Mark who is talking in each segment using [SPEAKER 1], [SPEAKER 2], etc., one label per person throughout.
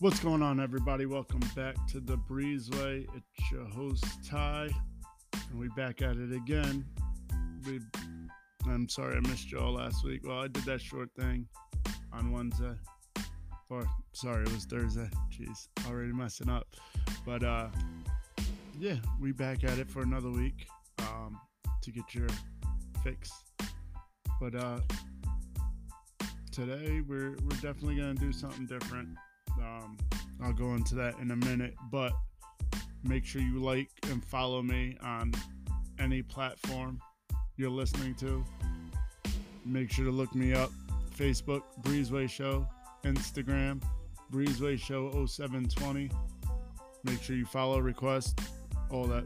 [SPEAKER 1] What's going on, everybody? Welcome back to the Breezeway. It's your host Ty, and we back at it again. We, I'm sorry I missed y'all last week. Well, I did that short thing on Wednesday, or sorry, it was Thursday. Jeez, already messing up. But uh, yeah, we back at it for another week um, to get your fix. But uh, today we're we're definitely gonna do something different. Um, I'll go into that in a minute, but make sure you like and follow me on any platform you're listening to. Make sure to look me up Facebook, Breezeway Show, Instagram, Breezeway Show 0720. Make sure you follow request, all that,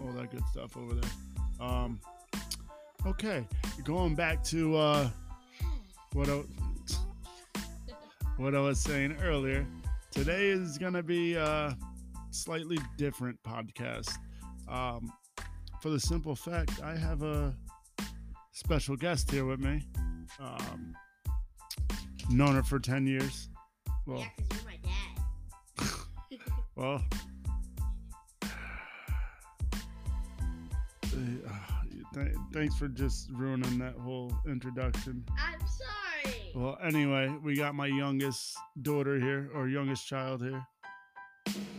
[SPEAKER 1] all that good stuff over there. Um, okay, going back to uh, what else? what I was saying earlier. Today is going to be a slightly different podcast. Um, for the simple fact, I have a special guest here with me. Um, known her for 10 years. Well,
[SPEAKER 2] Yeah, 'cause you're my dad.
[SPEAKER 1] well. Uh, th- thanks for just ruining that whole introduction.
[SPEAKER 2] I'm sorry.
[SPEAKER 1] Well, anyway, we got my youngest daughter here, or youngest child here.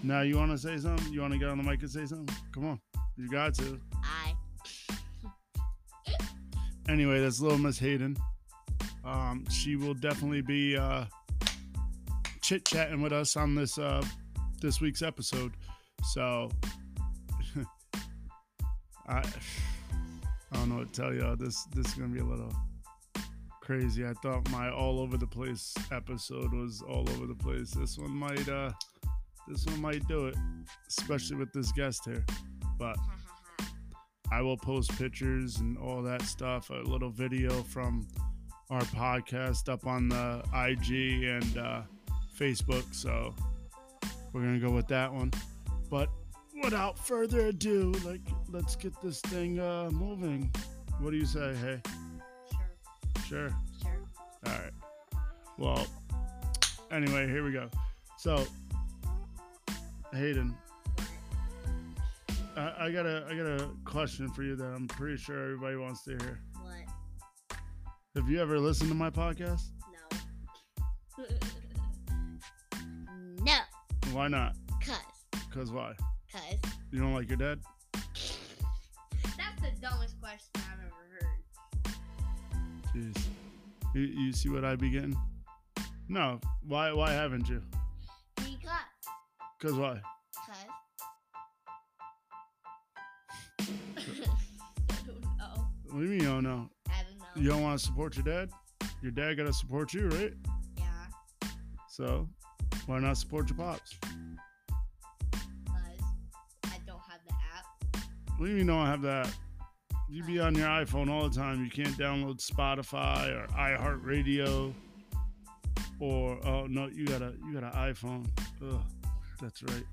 [SPEAKER 1] Now, you want to say something? You want to get on the mic and say something? Come on. You got to.
[SPEAKER 2] I.
[SPEAKER 1] Anyway, that's little Miss Hayden. Um, she will definitely be uh, chit chatting with us on this uh, this week's episode. So, I I don't know what to tell y'all. This this is gonna be a little crazy. I thought my all over the place episode was all over the place. This one might uh, this one might do it, especially with this guest here. But
[SPEAKER 2] Ha, ha, ha.
[SPEAKER 1] I will post pictures and all that stuff, a little video from our podcast up on the IG and uh, Facebook. So we're going to go with that one. But without further ado, like, let's get this thing uh, moving. What do you say? Hey, sure.
[SPEAKER 2] Sure, sure.
[SPEAKER 1] All right. Well, anyway, here we go. So, Hayden, I, I got a I got a question for you that I'm pretty sure everybody wants to hear.
[SPEAKER 2] What? What?
[SPEAKER 1] Have you ever listened to my podcast?
[SPEAKER 2] No. no.
[SPEAKER 1] Why not?
[SPEAKER 2] Cause.
[SPEAKER 1] Cause why?
[SPEAKER 2] Cause.
[SPEAKER 1] You don't like your dad?
[SPEAKER 2] That's the dumbest question I've ever heard.
[SPEAKER 1] Jeez. You, you see what I be getting? No. Why why haven't you?
[SPEAKER 2] Because.
[SPEAKER 1] Cause why?
[SPEAKER 2] Cause. I don't know.
[SPEAKER 1] What do you mean? Oh no.
[SPEAKER 2] I don't know.
[SPEAKER 1] You don't want to support your dad? Your dad gotta support you, right?
[SPEAKER 2] Yeah.
[SPEAKER 1] So why not support your pops?
[SPEAKER 2] Cause. I don't have the app.
[SPEAKER 1] What do you mean don't have that? You be on your iPhone all the time. You can't download Spotify or iHeartRadio or oh no, you got a you got an iPhone. Ugh, that's right.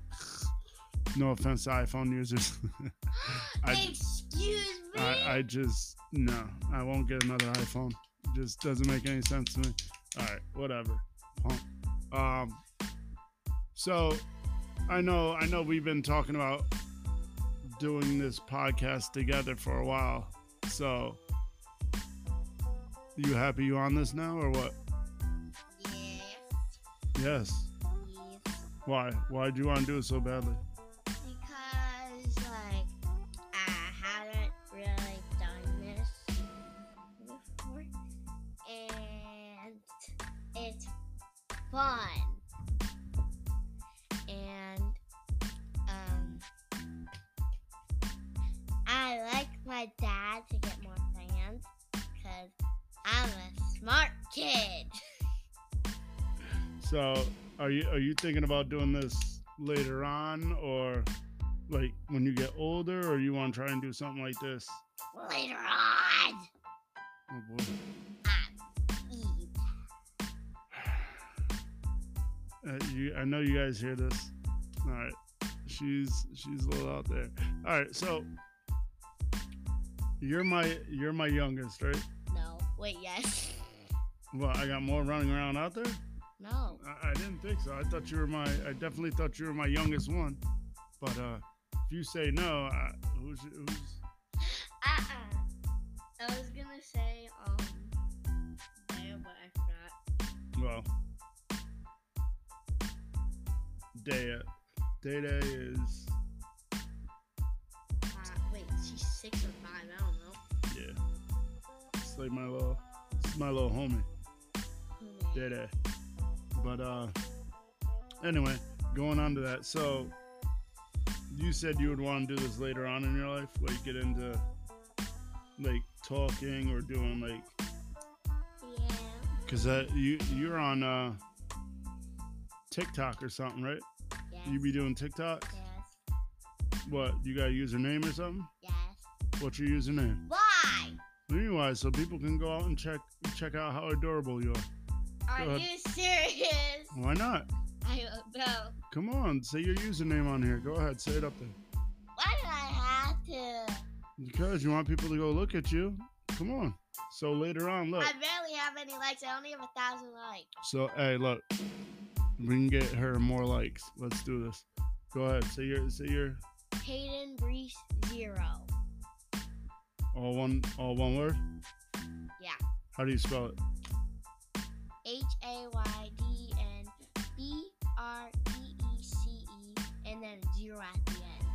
[SPEAKER 1] No offense to iPhone users. I-
[SPEAKER 2] Excuse me.
[SPEAKER 1] I, I just no, I won't get another iPhone. Just doesn't make any sense to me. All right, whatever. Punk. Um, so I know I know we've been talking about doing this podcast together for a while. So you happy you on this now or what?
[SPEAKER 2] yes.
[SPEAKER 1] Yes.
[SPEAKER 2] Yes.
[SPEAKER 1] Why? Why'd you want to do it so badly?
[SPEAKER 2] Because like I haven't really done this before, and it's fun, and um, I like my dad to get more fans because I'm a smart kid.
[SPEAKER 1] So, are you are you thinking about doing this later on, or like when you get older, or you want to try and do something like this?
[SPEAKER 2] Later on,
[SPEAKER 1] Oh boy.
[SPEAKER 2] eat.
[SPEAKER 1] Uh, you, I know you guys hear this. All right, she's she's a little out there. All right, so you're my you're my youngest, right?
[SPEAKER 2] No, wait, yes.
[SPEAKER 1] Well, I got more running around out there.
[SPEAKER 2] No.
[SPEAKER 1] I, I didn't think so. I thought you were my. I definitely thought you were my youngest one. But uh, if you say no, I, who's who's?
[SPEAKER 2] Uh uh I was gonna say, um, there, but I forgot.
[SPEAKER 1] Well, Day Day Day is
[SPEAKER 2] Uh, wait, she's six or five. I don't know.
[SPEAKER 1] yeah. It's like my little, it's my little homie.
[SPEAKER 2] Who
[SPEAKER 1] Day Day. But uh, anyway, going on to that. So you said you would want to do this later on in your life, like get into like talking or doing like
[SPEAKER 2] knows? Yeah.
[SPEAKER 1] Cause uh, you you're on uh, TikTok or something, right?
[SPEAKER 2] Yes.
[SPEAKER 1] You be doing TikTok?
[SPEAKER 2] yes.
[SPEAKER 1] What? You got a username or something?
[SPEAKER 2] Yes.
[SPEAKER 1] What's your username?
[SPEAKER 2] Why
[SPEAKER 1] Anyway, so people can go out and check check out how adorable you are.
[SPEAKER 2] are
[SPEAKER 1] Go ahead. Mm.
[SPEAKER 2] you serious?
[SPEAKER 1] Why not?
[SPEAKER 2] I uh, don't know.
[SPEAKER 1] Come on, say your username on here. Go ahead, say it up there.
[SPEAKER 2] Why do I have to?
[SPEAKER 1] Because you want people to go look at you. Come on. So later on, look.
[SPEAKER 2] I barely have any likes. I only have a thousand likes.
[SPEAKER 1] So hey, look. We can get her more likes. Let's do this. Go ahead. Say your say your
[SPEAKER 2] Hayden Brees zero.
[SPEAKER 1] all one all one word.
[SPEAKER 2] Yeah.
[SPEAKER 1] How do you spell it?
[SPEAKER 2] H A Y D E N B R E E C E and then zero at the end.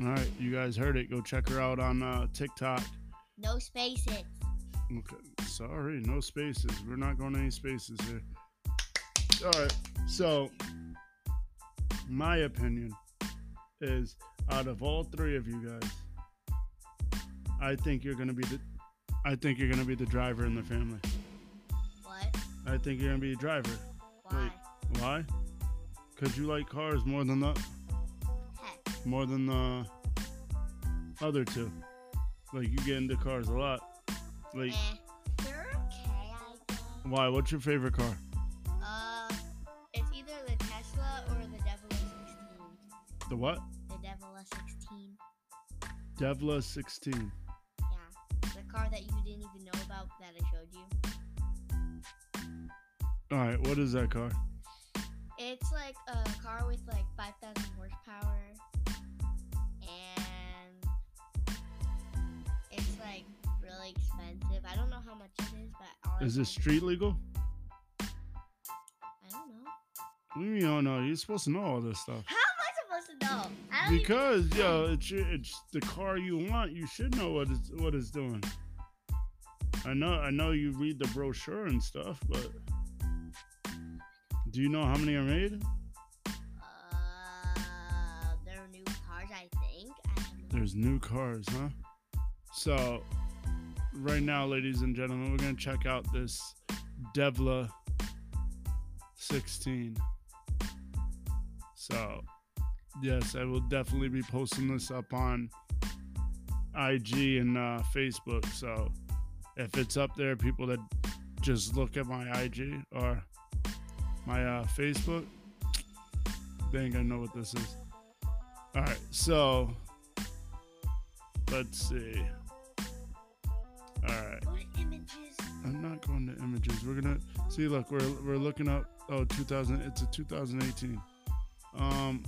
[SPEAKER 1] All right, you guys heard it. Go check her out on uh, TikTok.
[SPEAKER 2] No spaces.
[SPEAKER 1] Okay, sorry, no spaces. We're not going any spaces here. All right, so my opinion is out of all three of you guys, I think you're gonna be the, I think you're gonna be the driver in the family.
[SPEAKER 2] What?
[SPEAKER 1] I think you're gonna be the driver.
[SPEAKER 2] Why?
[SPEAKER 1] Why? Cause you like cars more than the
[SPEAKER 2] Heck.
[SPEAKER 1] more than the other two. Like you get into cars a lot. Like
[SPEAKER 2] Eh. They're okay, I guess.
[SPEAKER 1] why? What's your favorite car?
[SPEAKER 2] Uh, it's either the Tesla or the Devil S16.
[SPEAKER 1] The what?
[SPEAKER 2] The Devil S16.
[SPEAKER 1] Devla 16.
[SPEAKER 2] Yeah. The car that you didn't even know about that I showed you.
[SPEAKER 1] All right, what is that car?
[SPEAKER 2] It's like a car with like 5,000 horsepower. And it's like really expensive. I don't know how much it is, but all I
[SPEAKER 1] Is
[SPEAKER 2] know-
[SPEAKER 1] this street legal?
[SPEAKER 2] I don't know.
[SPEAKER 1] What do You mean, oh no, you're supposed to know all this stuff.
[SPEAKER 2] How am I supposed to know? I don't even-
[SPEAKER 1] Because yo, it's your, it's the car you want. You should know what it's what it's doing. I know I know you read the brochure and stuff, but do you know how many are made?
[SPEAKER 2] Uh, they're new cars, I think. I have no-
[SPEAKER 1] There's new cars, huh? So, right now, ladies and gentlemen, we're gonna check out this Devla 16. So, yes, I will definitely be posting this up on IG and uh, Facebook. So, if it's up there, people that just look at my IG or my uh, Facebook, they ain't gonna know what this is. All right, so Let's see. All right.
[SPEAKER 2] Go to images.
[SPEAKER 1] I'm not going to images. We're gonna see. Look, we're we're looking up. Oh, 2000. It's a 2018. Um.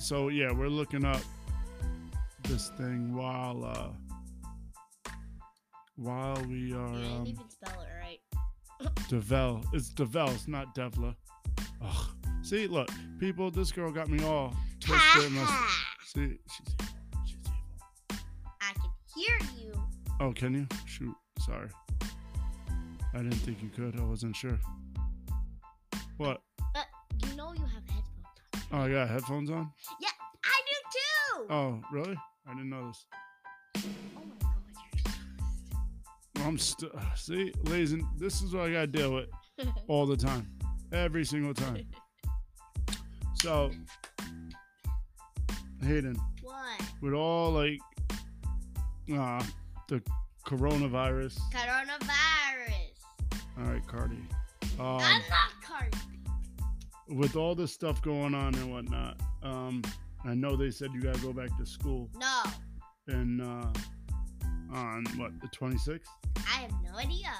[SPEAKER 1] So yeah, we're looking up this thing while uh while we are
[SPEAKER 2] You didn't
[SPEAKER 1] um
[SPEAKER 2] even spell it right.
[SPEAKER 1] Devel. It's Devel. It's not Devla. Ugh. See, look, people. This girl got me all twisted. and messed- see, she's evil. She's evil.
[SPEAKER 2] I can hear you.
[SPEAKER 1] Oh, can you? Shoot, sorry. I didn't think you could. I wasn't sure. What?
[SPEAKER 2] You know you have headphones. on.
[SPEAKER 1] Oh, I got headphones on.
[SPEAKER 2] I do too.
[SPEAKER 1] Oh, really? I didn't know this.
[SPEAKER 2] Oh my god, you're
[SPEAKER 1] I'm st- see, ladies, and this is what I gotta deal with
[SPEAKER 2] just-
[SPEAKER 1] all the time, every single time. So, Hayden,
[SPEAKER 2] What?
[SPEAKER 1] with all like, uh, the coronavirus.
[SPEAKER 2] Coronavirus.
[SPEAKER 1] All right, Cardi. Um,
[SPEAKER 2] I'm not Cardi.
[SPEAKER 1] with all this stuff going on and whatnot, um, I know they said you gotta go back to school
[SPEAKER 2] No,
[SPEAKER 1] and uh, on what the 26th.
[SPEAKER 2] I have no idea.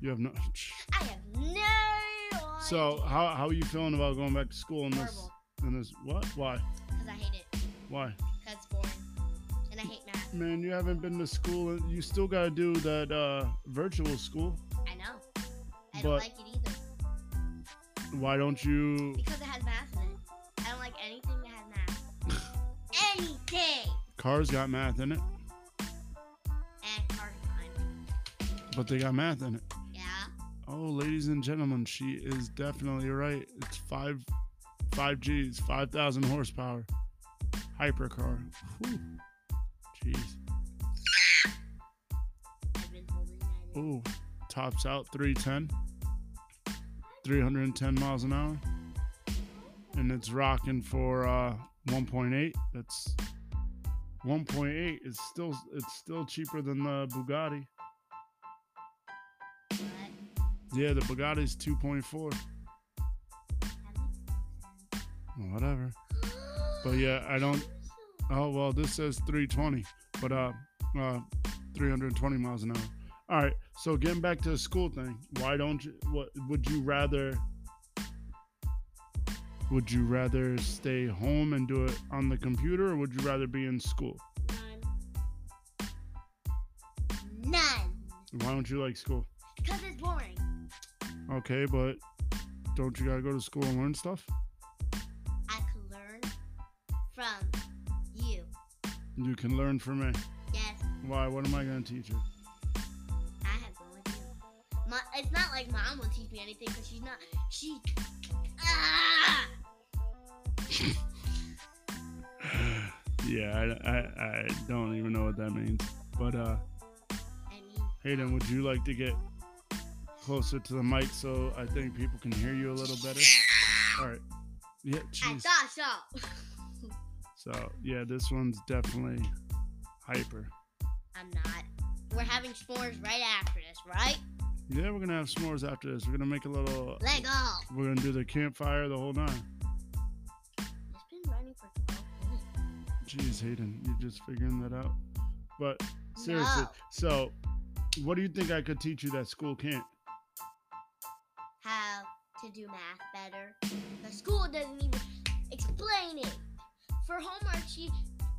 [SPEAKER 1] You have no.
[SPEAKER 2] I have no
[SPEAKER 1] So how how are you feeling about going back to school in this
[SPEAKER 2] Horrible.
[SPEAKER 1] in this what? Why?
[SPEAKER 2] Because I hate it.
[SPEAKER 1] Why?
[SPEAKER 2] Because it's boring. And I hate math.
[SPEAKER 1] Man, you haven't been to school you still gotta do that uh, virtual school.
[SPEAKER 2] I know. I don't
[SPEAKER 1] But-
[SPEAKER 2] like it either.
[SPEAKER 1] Why don't you
[SPEAKER 2] Because it has math in it. I don't like anything that has math. anything!
[SPEAKER 1] cars got math in it,
[SPEAKER 2] And cars fine.
[SPEAKER 1] but they got math in it.
[SPEAKER 2] Yeah.
[SPEAKER 1] Oh, ladies and gentlemen, she is definitely right. It's five, five G's, five thousand horsepower, hypercar. Whew. Jeez.
[SPEAKER 2] I've been holding that. in.
[SPEAKER 1] Ooh, tops out 310, 310 miles an hour, and it's rocking for uh 1.8. That's 1.8 is still it's still cheaper than the Bugatti.
[SPEAKER 2] But
[SPEAKER 1] Yeah, the Bugatti's 2.4.
[SPEAKER 2] that makes no
[SPEAKER 1] Whatever.
[SPEAKER 2] sense.
[SPEAKER 1] But yeah, I don't.
[SPEAKER 2] So-
[SPEAKER 1] Oh well, this says 320, but uh, uh, 320 miles an hour. All right. So getting back to the school thing, why don't you? What would you rather? Would you rather stay home and do it on the computer, or would you rather be in school?
[SPEAKER 2] None. None.
[SPEAKER 1] Why don't you like school?
[SPEAKER 2] Because it's boring.
[SPEAKER 1] Okay, but don't you gotta go to school and learn stuff?
[SPEAKER 2] I could learn from you.
[SPEAKER 1] You can learn from me.
[SPEAKER 2] Yes,
[SPEAKER 1] Why? What am I gonna teach you?
[SPEAKER 2] I have been with you. My, it's not like mom will teach me anything because she's not. She. Ah!
[SPEAKER 1] yeah, I, I, I don't even know what that means. But uh,
[SPEAKER 2] I mean,
[SPEAKER 1] Hayden, would you like to get closer to the mic so I think people can hear you a little better? All right. Yeah,
[SPEAKER 2] I
[SPEAKER 1] jeez.
[SPEAKER 2] thought so.
[SPEAKER 1] So, yeah, this one's definitely hyper.
[SPEAKER 2] I'm not. We're having s'mores right after this, right?
[SPEAKER 1] Yeah, we're going to have s'mores after this. We're going to make a little,
[SPEAKER 2] Let go.
[SPEAKER 1] we're going to do the campfire the whole nine.
[SPEAKER 2] It's been running for 12 minutes.
[SPEAKER 1] Jeez, Hayden, you're just figuring that out. But seriously,
[SPEAKER 2] No.
[SPEAKER 1] so what do you think I could teach you that school can't?
[SPEAKER 2] How to do math better. The school doesn't even explain it. For homework, she.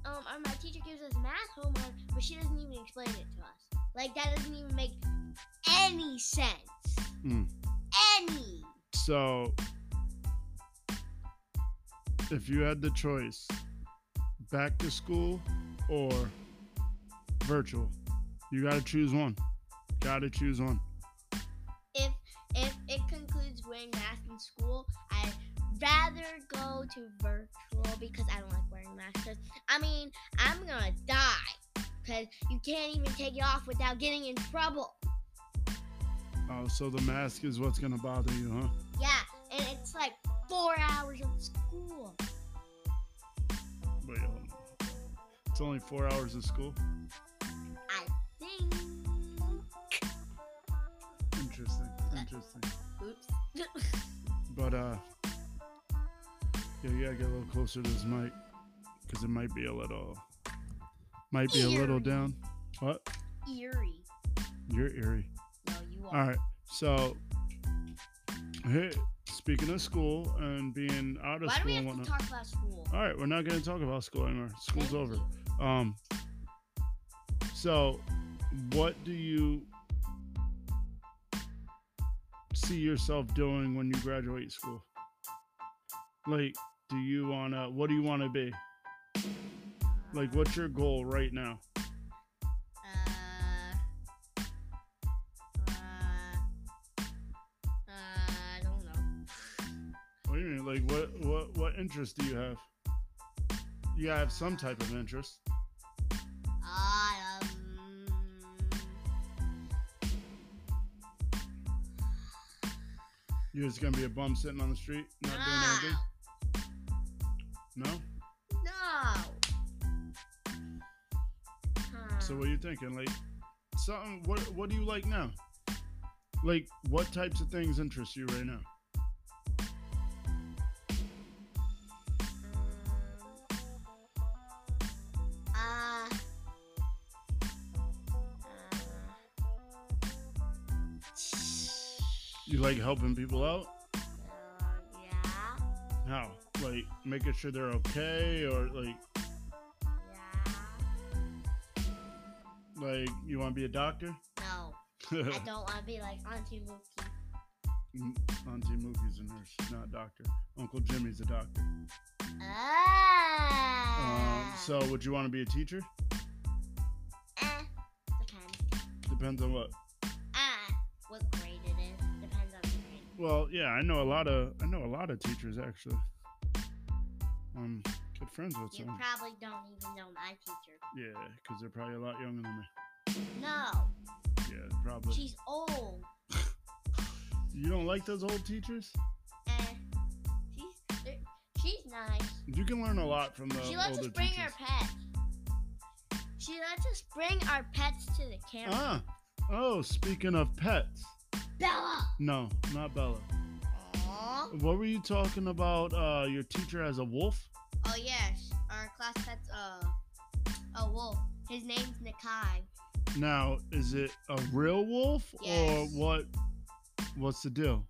[SPEAKER 2] Um, or my teacher gives us math homework, but she doesn't even explain it to us. Like, that doesn't even make any sense.
[SPEAKER 1] Mm.
[SPEAKER 2] Any.
[SPEAKER 1] So, if you had the choice, back to school or virtual, you got to choose one. Got to choose one.
[SPEAKER 2] if if it concludes wearing masks in school, I'd rather go to virtual because I don't like wearing masks. 'Cause, I mean, I'm gonna die because you can't even take it off without getting in trouble.
[SPEAKER 1] Oh, so the mask is what's gonna bother you, huh?
[SPEAKER 2] Yeah, and it's like four hours of school.
[SPEAKER 1] Wait, hold on. uh, It's only four hours of school.
[SPEAKER 2] I think.
[SPEAKER 1] Interesting. Interesting.
[SPEAKER 2] Oops.
[SPEAKER 1] But uh, yeah, you gotta get a little closer to this mic, cause it might be a little, might be a little
[SPEAKER 2] Eerie.
[SPEAKER 1] down. What?
[SPEAKER 2] Eerie.
[SPEAKER 1] You're eerie.
[SPEAKER 2] No, you
[SPEAKER 1] All
[SPEAKER 2] are.
[SPEAKER 1] right. So, hey, speaking of school and being out of
[SPEAKER 2] Why do
[SPEAKER 1] school
[SPEAKER 2] we
[SPEAKER 1] and
[SPEAKER 2] have to
[SPEAKER 1] whatnot.
[SPEAKER 2] talk about school?
[SPEAKER 1] all right, we're not going to talk about school anymore. School's
[SPEAKER 2] Thank
[SPEAKER 1] over.
[SPEAKER 2] you.
[SPEAKER 1] Um. So, what do you see yourself doing when you graduate school? Like, do you wanna? What do you wanna be? Like, what's your goal right now?
[SPEAKER 2] Uh, uh, I don't know.
[SPEAKER 1] What do you mean? Like, what what what interest do you have? You gotta have some type of interest.
[SPEAKER 2] I, um,
[SPEAKER 1] You're just gonna be a bum sitting on the street, not
[SPEAKER 2] Ah.
[SPEAKER 1] doing anything.
[SPEAKER 2] no. Huh.
[SPEAKER 1] No. So what are you thinking? Like something. What What do you like now? Like what types of things interest you right now?
[SPEAKER 2] Um, uh, uh,
[SPEAKER 1] You like helping people out?
[SPEAKER 2] yeah.
[SPEAKER 1] How? Like making sure they're okay, or like
[SPEAKER 2] Yeah.
[SPEAKER 1] like you want to be a doctor?
[SPEAKER 2] No. I don't want to be like Auntie Mookie.
[SPEAKER 1] Auntie Mookie's a nurse, not a doctor. Uncle Jimmy's a doctor. Um,
[SPEAKER 2] Ah.
[SPEAKER 1] so would you want to be a teacher?
[SPEAKER 2] Eh, depends.
[SPEAKER 1] Depends on what.
[SPEAKER 2] Ah, what grade it is depends on the grade.
[SPEAKER 1] Well, yeah, I know a lot of I know a lot of teachers actually. Um, good friends with
[SPEAKER 2] You
[SPEAKER 1] some.
[SPEAKER 2] probably don't even know my teacher.
[SPEAKER 1] Yeah, because they're probably a lot younger than me.
[SPEAKER 2] No,
[SPEAKER 1] Yeah, probably.
[SPEAKER 2] she's old.
[SPEAKER 1] You don't like those old teachers?
[SPEAKER 2] Eh, she's they're- she's nice.
[SPEAKER 1] You can learn a lot from the
[SPEAKER 2] she lets us
[SPEAKER 1] older
[SPEAKER 2] bring
[SPEAKER 1] teachers.
[SPEAKER 2] our pets. She lets us bring our pets to the camera.
[SPEAKER 1] ah, oh, speaking of pets.
[SPEAKER 2] Bella.
[SPEAKER 1] No, not Bella.
[SPEAKER 2] Aw.
[SPEAKER 1] What were you talking about? Uh, your teacher as a wolf?
[SPEAKER 2] Oh yes, our class pet's uh a wolf. His name's Nakai.
[SPEAKER 1] Now, is it a real wolf
[SPEAKER 2] Yes.
[SPEAKER 1] or what? What's the deal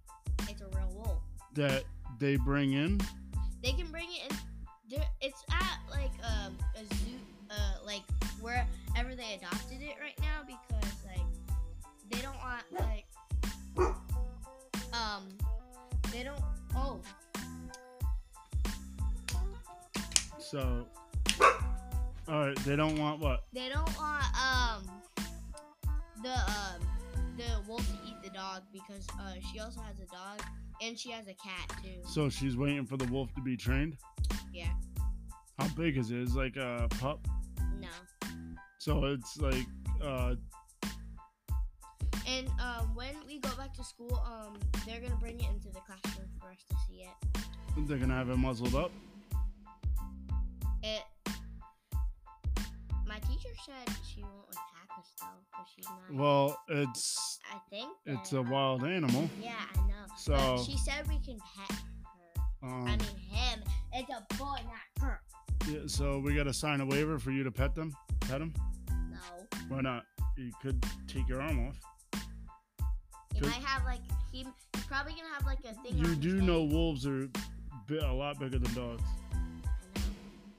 [SPEAKER 2] It's a real wolf.
[SPEAKER 1] that they bring in?
[SPEAKER 2] They can bring it in. There, it's at like um, a zoo, uh, like wherever they adopted it right now because like they don't want like um they don't oh
[SPEAKER 1] So, all right, they don't want what?
[SPEAKER 2] they don't want um the um the wolf to eat the dog because uh she also has a dog and she has a cat too.
[SPEAKER 1] So she's waiting for the wolf to be trained.
[SPEAKER 2] Yeah.
[SPEAKER 1] How big is it? It's like a pup.
[SPEAKER 2] No.
[SPEAKER 1] So it's like uh,
[SPEAKER 2] And um, when we go back to school, um, they're gonna bring it into the classroom for us to see it.
[SPEAKER 1] they're gonna have it muzzled up.
[SPEAKER 2] It. My teacher said she won't attack us though, but she's not.
[SPEAKER 1] Well, it's
[SPEAKER 2] I think. That,
[SPEAKER 1] it's a wild animal.
[SPEAKER 2] Yeah, I know.
[SPEAKER 1] So-
[SPEAKER 2] But she said we can pet her.
[SPEAKER 1] Um,
[SPEAKER 2] I mean him. It's a boy, not her.
[SPEAKER 1] yeah, so we gotta sign a waiver for you to pet them. Pet them?
[SPEAKER 2] No.
[SPEAKER 1] Why not? You could take your arm off.
[SPEAKER 2] He
[SPEAKER 1] Good.
[SPEAKER 2] might have like he, he's probably gonna have like a thing. on
[SPEAKER 1] You
[SPEAKER 2] his
[SPEAKER 1] do
[SPEAKER 2] leg.
[SPEAKER 1] know wolves are bi- a lot bigger than dogs.
[SPEAKER 2] I know.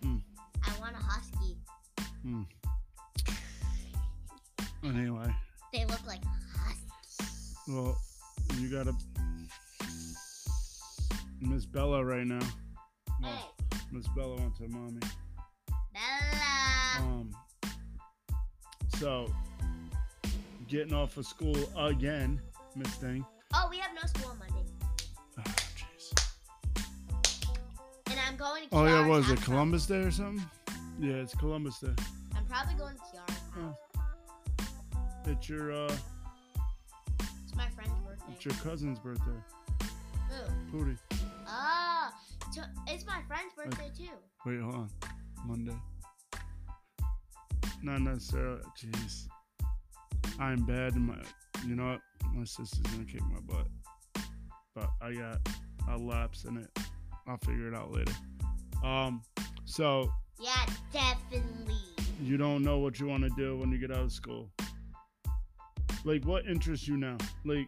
[SPEAKER 1] Hmm.
[SPEAKER 2] I want a husky.
[SPEAKER 1] Anyway,
[SPEAKER 2] They look like huskies.
[SPEAKER 1] well, you gotta Miss Bella right now.
[SPEAKER 2] Hey,
[SPEAKER 1] Well, Miss Bella went to mommy.
[SPEAKER 2] Bella.
[SPEAKER 1] Um, so getting off of school again, Miss Thing.
[SPEAKER 2] Oh, we have no school on Monday,
[SPEAKER 1] Oh, jeez.
[SPEAKER 2] and I'm going to.
[SPEAKER 1] Oh yeah,
[SPEAKER 2] Kiara's
[SPEAKER 1] what is it
[SPEAKER 2] house.
[SPEAKER 1] Columbus Day or something? Yeah, it's Columbus Day.
[SPEAKER 2] I'm probably going to Kiara's house.
[SPEAKER 1] It's your uh,
[SPEAKER 2] It's my friend's birthday.
[SPEAKER 1] it's your cousin's birthday,
[SPEAKER 2] Who?
[SPEAKER 1] Pooty.
[SPEAKER 2] Oh, so it's my friend's birthday too.
[SPEAKER 1] Wait, hold on, Monday. Not necessarily. Jeez, I'm bad. In my, you know what? My sister's gonna kick my butt, but I got a lapse in it. I'll figure it out later. Um, so
[SPEAKER 2] Yeah, definitely.
[SPEAKER 1] you don't know what you want to do when you get out of school. Like, what interests you now? Like,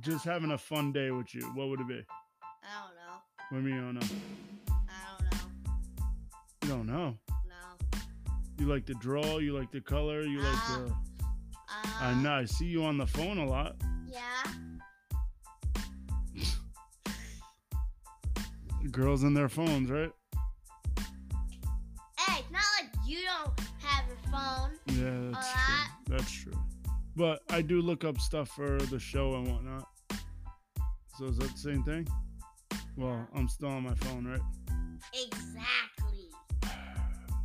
[SPEAKER 1] just having a fun day with you. What would it be?
[SPEAKER 2] I don't know.
[SPEAKER 1] What do you mean you don't know?
[SPEAKER 2] I don't know.
[SPEAKER 1] You don't know.
[SPEAKER 2] No.
[SPEAKER 1] You like to draw. You like the color. You like
[SPEAKER 2] Ah.
[SPEAKER 1] the.
[SPEAKER 2] Uh,
[SPEAKER 1] I know. I see you on the phone a lot.
[SPEAKER 2] Yeah.
[SPEAKER 1] Girls and their phones, right?
[SPEAKER 2] Hey, it's not like you don't have your phone.
[SPEAKER 1] Yeah, that's
[SPEAKER 2] A
[SPEAKER 1] true.
[SPEAKER 2] lot.
[SPEAKER 1] That's true. But I do look up stuff for the show and whatnot. So is that the same thing? Well, I'm still on my phone, right?
[SPEAKER 2] Exactly.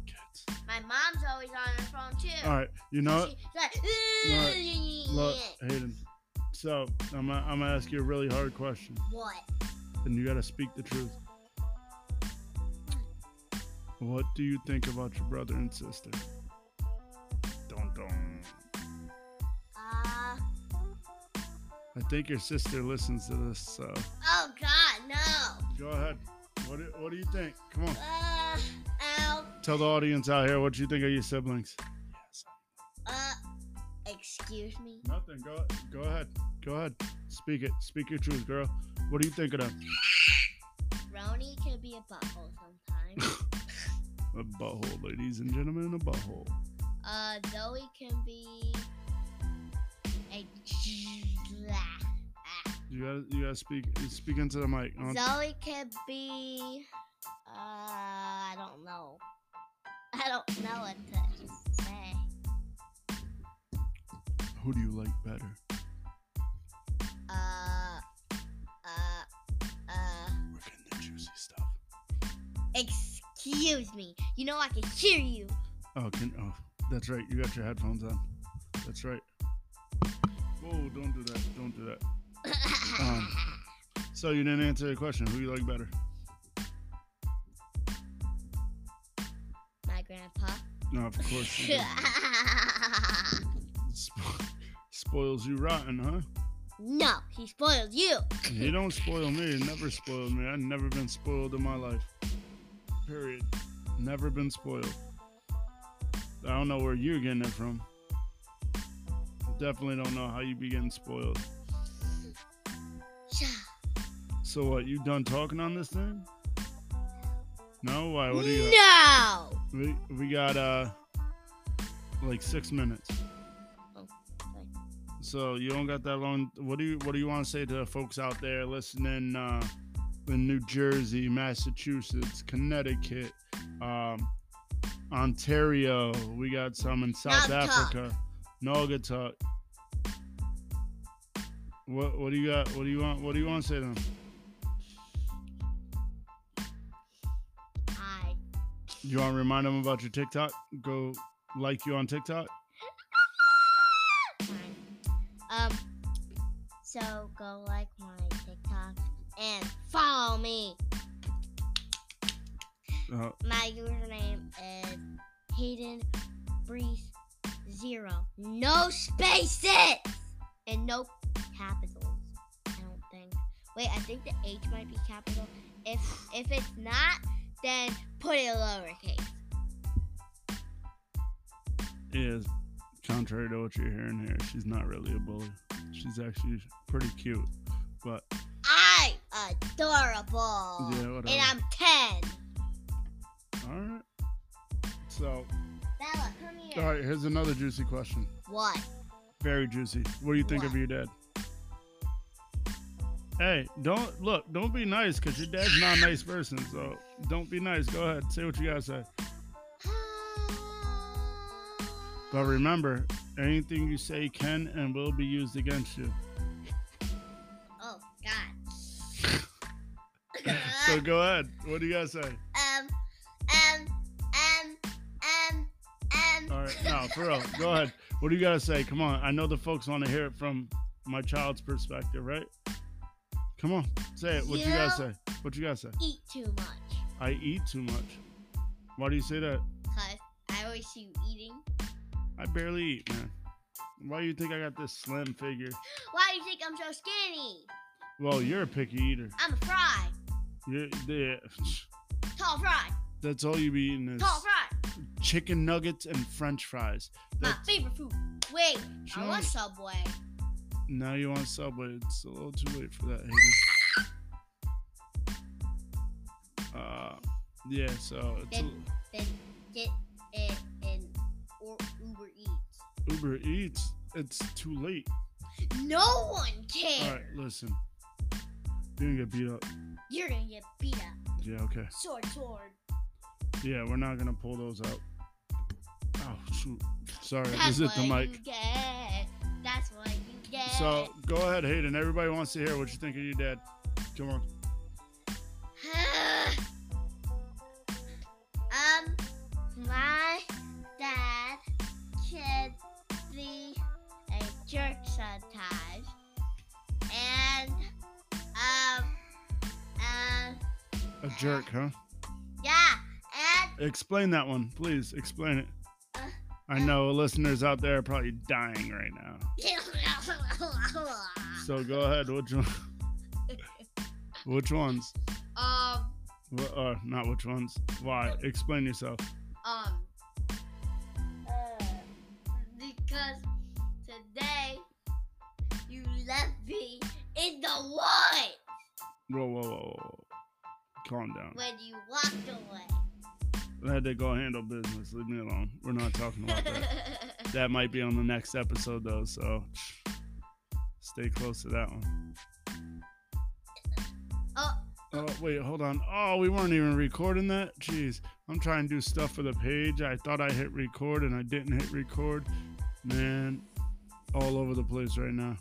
[SPEAKER 1] Kids.
[SPEAKER 2] My mom's always on her phone too.
[SPEAKER 1] All right. You know what?
[SPEAKER 2] She's like,
[SPEAKER 1] Look, Hayden. So I'm gonna, I'm gonna ask you a really hard question,
[SPEAKER 2] what?
[SPEAKER 1] and you gotta speak the truth. What do you think about your brother and sister? Don't don't.
[SPEAKER 2] Uh,
[SPEAKER 1] I think your sister listens to this, so
[SPEAKER 2] oh God, no.
[SPEAKER 1] go ahead. What do, what do you think? Come on,
[SPEAKER 2] Uh, ow.
[SPEAKER 1] tell the audience out here what you think of your siblings.
[SPEAKER 2] Uh, excuse me.
[SPEAKER 1] Nothing. Go go ahead. Go ahead. Speak it. Speak your truth, girl. What do you think of them?
[SPEAKER 2] Bro, Brony can be a butthole sometimes.
[SPEAKER 1] A butthole, ladies and gentlemen, a butthole.
[SPEAKER 2] uh, Zoe can be a
[SPEAKER 1] You gotta, you gotta speak, speak into the mic. I don't-
[SPEAKER 2] Zoe can be. Uh, I don't know. I don't know what to say.
[SPEAKER 1] Who do you like better?
[SPEAKER 2] Uh, uh, uh.
[SPEAKER 1] We're getting the juicy stuff.
[SPEAKER 2] Excuse me. You know I can hear you.
[SPEAKER 1] Oh, can oh, that's right. You got your headphones on. That's right. Whoa! Don't do that. Don't do that. Um. So you didn't answer the question. Who you like better?
[SPEAKER 2] My grandpa.
[SPEAKER 1] No, of course. You didn't. Spo- spoils you rotten, huh?
[SPEAKER 2] no, he spoiled you.
[SPEAKER 1] He don't spoil me. He never spoiled me. I've never been spoiled in my life. Period. Never been spoiled. I don't know where you're getting it from. Definitely don't know how you be getting spoiled.
[SPEAKER 2] Yeah.
[SPEAKER 1] So what? You done talking on this thing? No. Why? What do you? got?
[SPEAKER 2] No.
[SPEAKER 1] We we got uh like six minutes.
[SPEAKER 2] Oh, sorry.
[SPEAKER 1] So you don't got that long. What do you What do you want to say to the folks out there listening uh, in New Jersey, Massachusetts, Connecticut, um, Ontario? We got some in South
[SPEAKER 2] Naugatuck.
[SPEAKER 1] Africa, Naugatuck. What What do you got? What do you want? What do you want to say to them?
[SPEAKER 2] I.
[SPEAKER 1] You want to remind them about your TikTok? Go like you on TikTok.
[SPEAKER 2] Fine. Um. So go like my TikTok and follow me.
[SPEAKER 1] Uh,
[SPEAKER 2] My username is Hayden Breeze Zero. No spaces and no capitals. I don't think. Wait, I think the H might be capital. If if it's not, then put it lowercase.
[SPEAKER 1] is contrary to what you're hearing here, she's not really a bully. She's actually pretty cute. But
[SPEAKER 2] I adorable.
[SPEAKER 1] Yeah, whatever.
[SPEAKER 2] And I'm ten.
[SPEAKER 1] all right. So,
[SPEAKER 2] Bella, come here.
[SPEAKER 1] all right, here's another juicy question.
[SPEAKER 2] What?
[SPEAKER 1] Very juicy. What do you think of
[SPEAKER 2] What?
[SPEAKER 1] your dad? Hey, don't look, don't be nice cuz your dad's not a nice person. So, don't be nice. Go ahead. Say what you got to say. But remember, anything you say can and will be used against you.
[SPEAKER 2] Oh God.
[SPEAKER 1] So go ahead. What do you got to say?
[SPEAKER 2] um, um, um, um, um.
[SPEAKER 1] All right, no, for real. Go ahead. What do you gotta say? Come on. I know the folks want to hear it from my child's perspective, right? Come on, say it. What you gotta say? What you gotta say?
[SPEAKER 2] Eat too much.
[SPEAKER 1] I eat too much. Why do you say that?
[SPEAKER 2] Cause I always see you eating.
[SPEAKER 1] I barely eat, man. Why do you think I got this slim figure?
[SPEAKER 2] Why do you think I'm so skinny?
[SPEAKER 1] Well, you're a picky eater.
[SPEAKER 2] I'm a fry.
[SPEAKER 1] You're, the-
[SPEAKER 2] Tall fry.
[SPEAKER 1] that's all you be eating is
[SPEAKER 2] Tall fry.
[SPEAKER 1] chicken nuggets and French fries.
[SPEAKER 2] My
[SPEAKER 1] That's,
[SPEAKER 2] favorite food. Wait, I
[SPEAKER 1] Sure.
[SPEAKER 2] want Subway.
[SPEAKER 1] now you want Subway. It's a little too late for that, Hayden. Uh, yeah. So it's. A,
[SPEAKER 2] Then, then get it in or Uber Eats.
[SPEAKER 1] Uber Eats, it's too late.
[SPEAKER 2] No one
[SPEAKER 1] All
[SPEAKER 2] cares.
[SPEAKER 1] right, listen. You're gonna get beat up.
[SPEAKER 2] You're gonna get beat up.
[SPEAKER 1] Yeah, okay.
[SPEAKER 2] Sword, sword.
[SPEAKER 1] Yeah, we're not gonna pull those out. Oh shoot. Sorry,
[SPEAKER 2] That's
[SPEAKER 1] this is the
[SPEAKER 2] what
[SPEAKER 1] mic.
[SPEAKER 2] you get. That's what you get.
[SPEAKER 1] So go ahead, Hayden. Everybody wants to hear what you think of your dad. Come on.
[SPEAKER 2] um, my dad can be a jerk sometimes, and um, um,
[SPEAKER 1] A jerk, huh?
[SPEAKER 2] yeah, and
[SPEAKER 1] Explain that one, please. Explain it. I know listeners out there are probably dying right now. So go ahead. Which one? Which ones?
[SPEAKER 2] um,
[SPEAKER 1] Wh- Uh, not which ones. Why? Explain yourself.
[SPEAKER 2] um, uh, because today you left me in the woods.
[SPEAKER 1] Whoa, whoa, whoa, whoa. whoa. Calm down.
[SPEAKER 2] when you walked away.
[SPEAKER 1] I had to go handle business. Leave me alone. We're not talking about that. that might be on the next episode though, so stay close to that one.
[SPEAKER 2] oh,
[SPEAKER 1] Oh wait, hold on. Oh, we weren't even recording that. Jeez, I'm trying to do stuff for the page. I thought I hit record and I didn't hit record. Man, all over the place right now.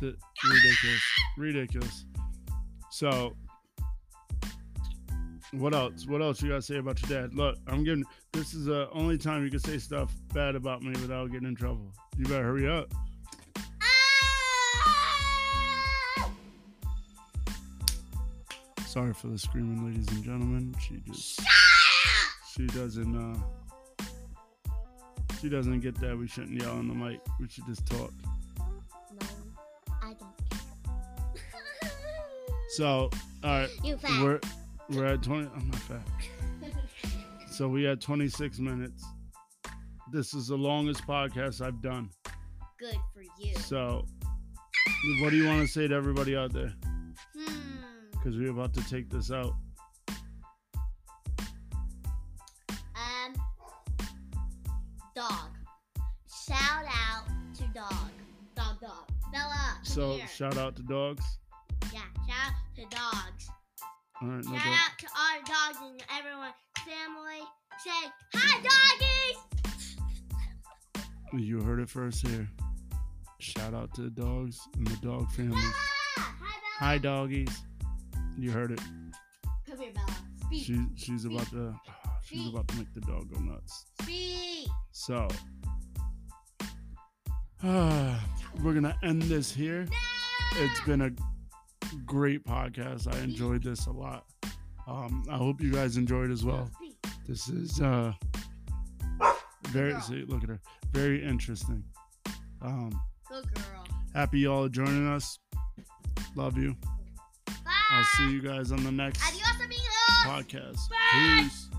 [SPEAKER 1] Th- ridiculous, ridiculous. So, what else? What else you gotta say about your dad? Look, I'm giving. This is the only time you can say stuff bad about me without getting in trouble. You better hurry up.
[SPEAKER 2] ah!
[SPEAKER 1] Sorry for the screaming, ladies and gentlemen. She just.
[SPEAKER 2] Shut up!
[SPEAKER 1] she doesn't uh she doesn't get that we shouldn't yell on the mic we should just talk
[SPEAKER 2] No, I don't care.
[SPEAKER 1] so all right
[SPEAKER 2] you fat.
[SPEAKER 1] we're we're at 20 i'm not fat so we had 26 minutes this is the longest podcast i've done
[SPEAKER 2] Good for you.
[SPEAKER 1] so what do you want to say to everybody out there
[SPEAKER 2] Hmm.
[SPEAKER 1] because we're about to take this out
[SPEAKER 2] Um, dog. Shout out to dog. Dog, dog. Bella. come
[SPEAKER 1] so
[SPEAKER 2] here.
[SPEAKER 1] shout out to dogs
[SPEAKER 2] yeah, shout out to dogs.
[SPEAKER 1] all right no
[SPEAKER 2] shout
[SPEAKER 1] dog.
[SPEAKER 2] out to our dogs and everyone, family. Say hi, doggies.
[SPEAKER 1] you heard it first here shout out to the dogs and the dog families
[SPEAKER 2] Ah, hi, Bella.
[SPEAKER 1] hi doggies you heard it
[SPEAKER 2] Come here, Bella. Speak.
[SPEAKER 1] She, she's about to she's
[SPEAKER 2] Feet.
[SPEAKER 1] about to make the dog go nuts.
[SPEAKER 2] Speak.
[SPEAKER 1] So we're gonna end this here. It's been a great podcast. I enjoyed this a lot. Um, I hope you guys enjoyed as well.
[SPEAKER 2] Speak.
[SPEAKER 1] This is uh very see, look at her. Very interesting. Um,
[SPEAKER 2] Good girl.
[SPEAKER 1] happy y'all joining us. Love you.
[SPEAKER 2] Bye.
[SPEAKER 1] I'll see you guys on the next
[SPEAKER 2] Adios, amigos.
[SPEAKER 1] podcast.
[SPEAKER 2] Bye.
[SPEAKER 1] Peace.